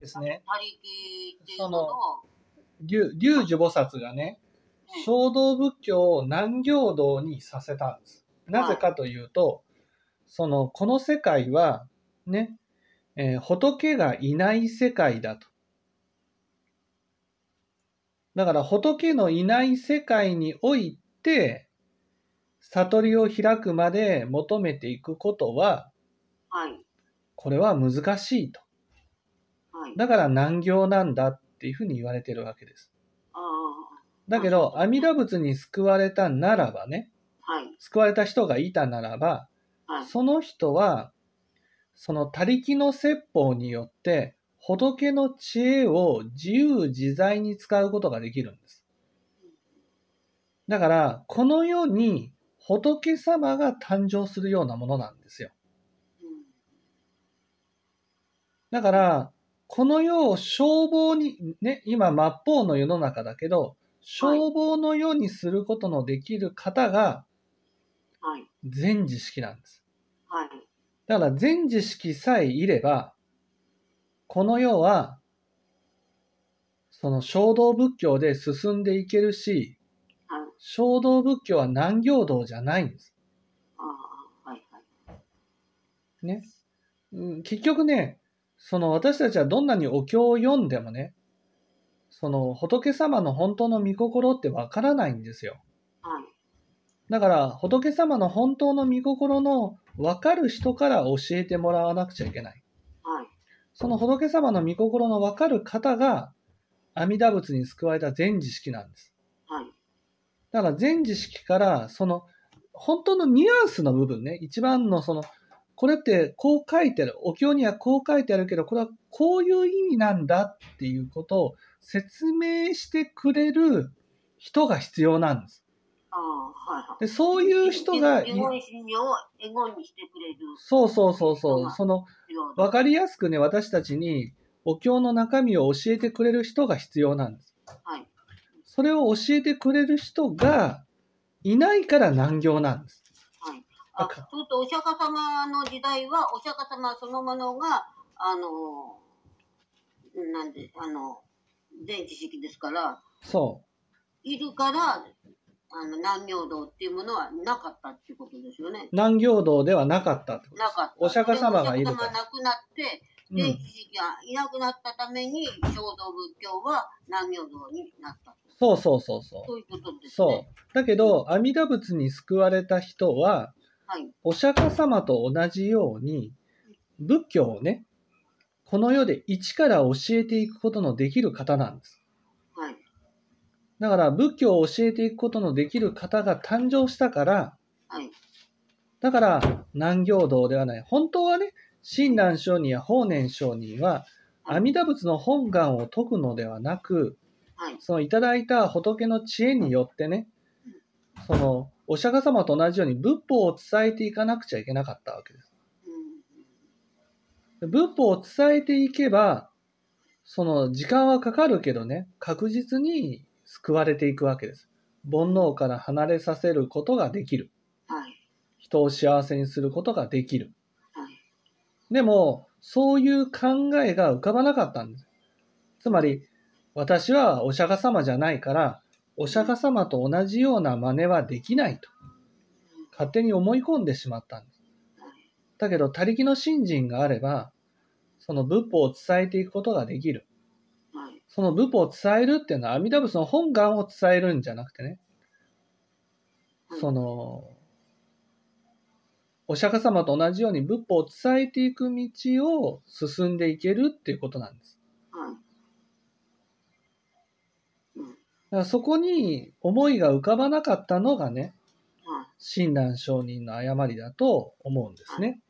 ですね。他力っていうものを、龍龍樹菩薩がね、小道仏教を南行道にさせたんです。なぜかというと、その、この世界は、ね、えー仏がいない世界だと。だから仏のいない世界において、悟りを開くまで求めていくことは、はい、これは難しいと。はい。だから難行なんだっていうふうに言われてるわけです。あだけど、阿弥陀仏に救われたならばね、あ、はい、救われた人がいたならば、はい、その人は、その他力の説法によって、仏の知恵を自由自在に使うことができるんです。だから、この世に仏様が誕生するようなものなんですよ。うん、だから、この世を消防に、ね、今、末法の世の中だけど、消防の世にすることのできる方がはい、全知識なんです。はい、だから全知識さえいれば、この世は、その衝動仏教で進んでいけるし、はい、衝動仏教は難行道じゃないんです。ああ、はい、はい。ね。うん結局ね、その私たちはどんなにお経を読んでもね、その仏様の本当の御心ってわからないんですよ。はい、だから仏様の本当の御心のわかる人から教えてもらわなくちゃいけない。はい、その仏様の御心のわかる方が、阿弥陀仏に救われた全知識なんです。はい、だから全知識から、その、本当のニュアンスの部分ね、一番のその、これってこう書いてある、お経にはこう書いてあるけど、これはこういう意味なんだっていうことを説明してくれる人が必要なんです。ああ、はい、はい。で、そういう人がい、エゴにをエゴにしてくれるそうそうそうそう、その、ような。わかりやすくね、私たちにお経の中身を教えてくれる人が必要なんです。はい。それを教えてくれる人がいないから難行なんです。あ、そうするとお釈迦様の時代は、お釈迦様そのものが、あの、なんで、あの、全知識ですから、そいるから、あの、南明道っていうものはなかったっていうことですよね。う。難行道ではなかったってことなかった。お釈迦様がいるお釈か迦様ら。亡くなって、う全ん。知識がいなくなったために、小道仏教は南明道になった。そうそうそうそそういうことう。ですね。そう。だけど、阿弥陀仏に救われた人は、はい。お釈迦様と同じように、仏教をね、この世で一から教えていくことのできる方なんです。はい。だから仏教を教えていくことのできる方が誕生したから、はい。だから難行道ではない。本当はね、親鸞上人や法然上人は、阿弥陀仏の本願を解くのではなく、はい。そのいただいた仏の知恵によってね、そのお釈迦様と同じように仏法を伝えていかなくちゃいけなかったわけです。うん仏法を伝えていけば、その時間はかかるけどね、確実に救われていくわけです。煩悩から離れさせることができる。はい。人を幸せにすることができる。はい。でも、そういう考えが浮かばなかったんです。つまり、私はお釈迦様じゃないから、お釈迦様と同じような真似はできないと、勝手に思い込んでしまったんです。だけど、他力の信心があれば、その仏法を伝えていくことができる。はい。その仏法を伝えるっていうのは、阿弥陀仏の本願を伝えるんじゃなくてね、はいその、お釈迦様と同じように仏法を伝えていく道を進んでいけるっていうことなんです。はい。うん。だからそこに思いが浮かばなかったのがね、はい。親鸞上人の誤りだと思うんですね。